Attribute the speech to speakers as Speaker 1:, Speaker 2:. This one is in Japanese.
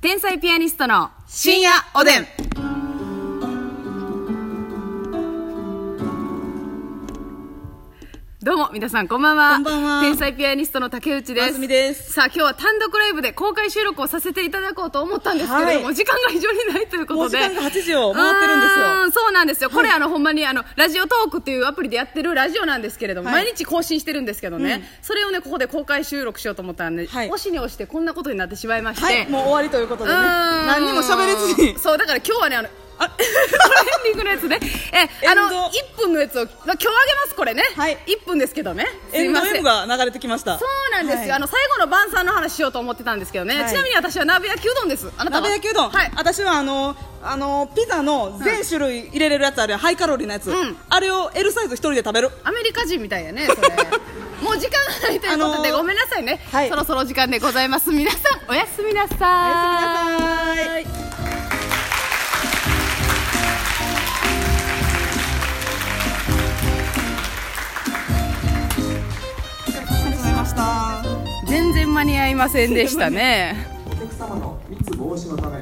Speaker 1: 天才ピアニストの
Speaker 2: 深夜おでん。
Speaker 1: どうも皆さんこんばんは
Speaker 2: こんばんは
Speaker 1: 天才ピアニストの竹内です
Speaker 2: ますみです
Speaker 1: さあ今日は単独ライブで公開収録をさせていただこうと思ったんですけれども、
Speaker 2: はい
Speaker 1: 時間が非常にないということで
Speaker 2: もう時間が8時を回ってるんですよ
Speaker 1: うーんそうなんですよこれ、あのほんまにあのラジオトークっていうアプリでやってるラジオなんですけれども、
Speaker 2: はい
Speaker 1: 毎日更新してるんですけどね、それをねここで公開収録しようと思ったんで、
Speaker 2: はい
Speaker 1: 押しに押してこんなことになってしまいまして、
Speaker 2: はい、もう終わりということでね。
Speaker 1: うーん
Speaker 2: 何にも喋れずに。
Speaker 1: そうだから今日はねあの
Speaker 2: あ
Speaker 1: トレンディングのやつねえあの
Speaker 2: エンド
Speaker 1: 1分のやつを今日あげますこれね、
Speaker 2: はい
Speaker 1: 1分ですけどねす
Speaker 2: エ
Speaker 1: い
Speaker 2: ン
Speaker 1: ま
Speaker 2: ド
Speaker 1: せん
Speaker 2: M が流れてきました。
Speaker 1: そうなんですよ、
Speaker 2: はい
Speaker 1: あの最後の晩餐の話しようと思ってたんですけどね、
Speaker 2: はい
Speaker 1: ちなみに私は鍋焼きうどんですあなたは
Speaker 2: 鍋焼きうどん、
Speaker 1: はい
Speaker 2: 私はあのあのピザの全種類入れれるやつある、ハイカロリーのやつ、
Speaker 1: ん
Speaker 2: あれを L サイズ一人で食べる
Speaker 1: アメリカ人みたいやね それもう時間がないということで、
Speaker 2: あのー
Speaker 1: ごめんなさいね、
Speaker 2: はい
Speaker 1: そろそろ時間でございます皆さんおやすみなさ
Speaker 2: おやすみなさ
Speaker 1: い
Speaker 2: お疲れ様ました
Speaker 1: 全然間に合いませんでしたね
Speaker 3: お客様の密防止のため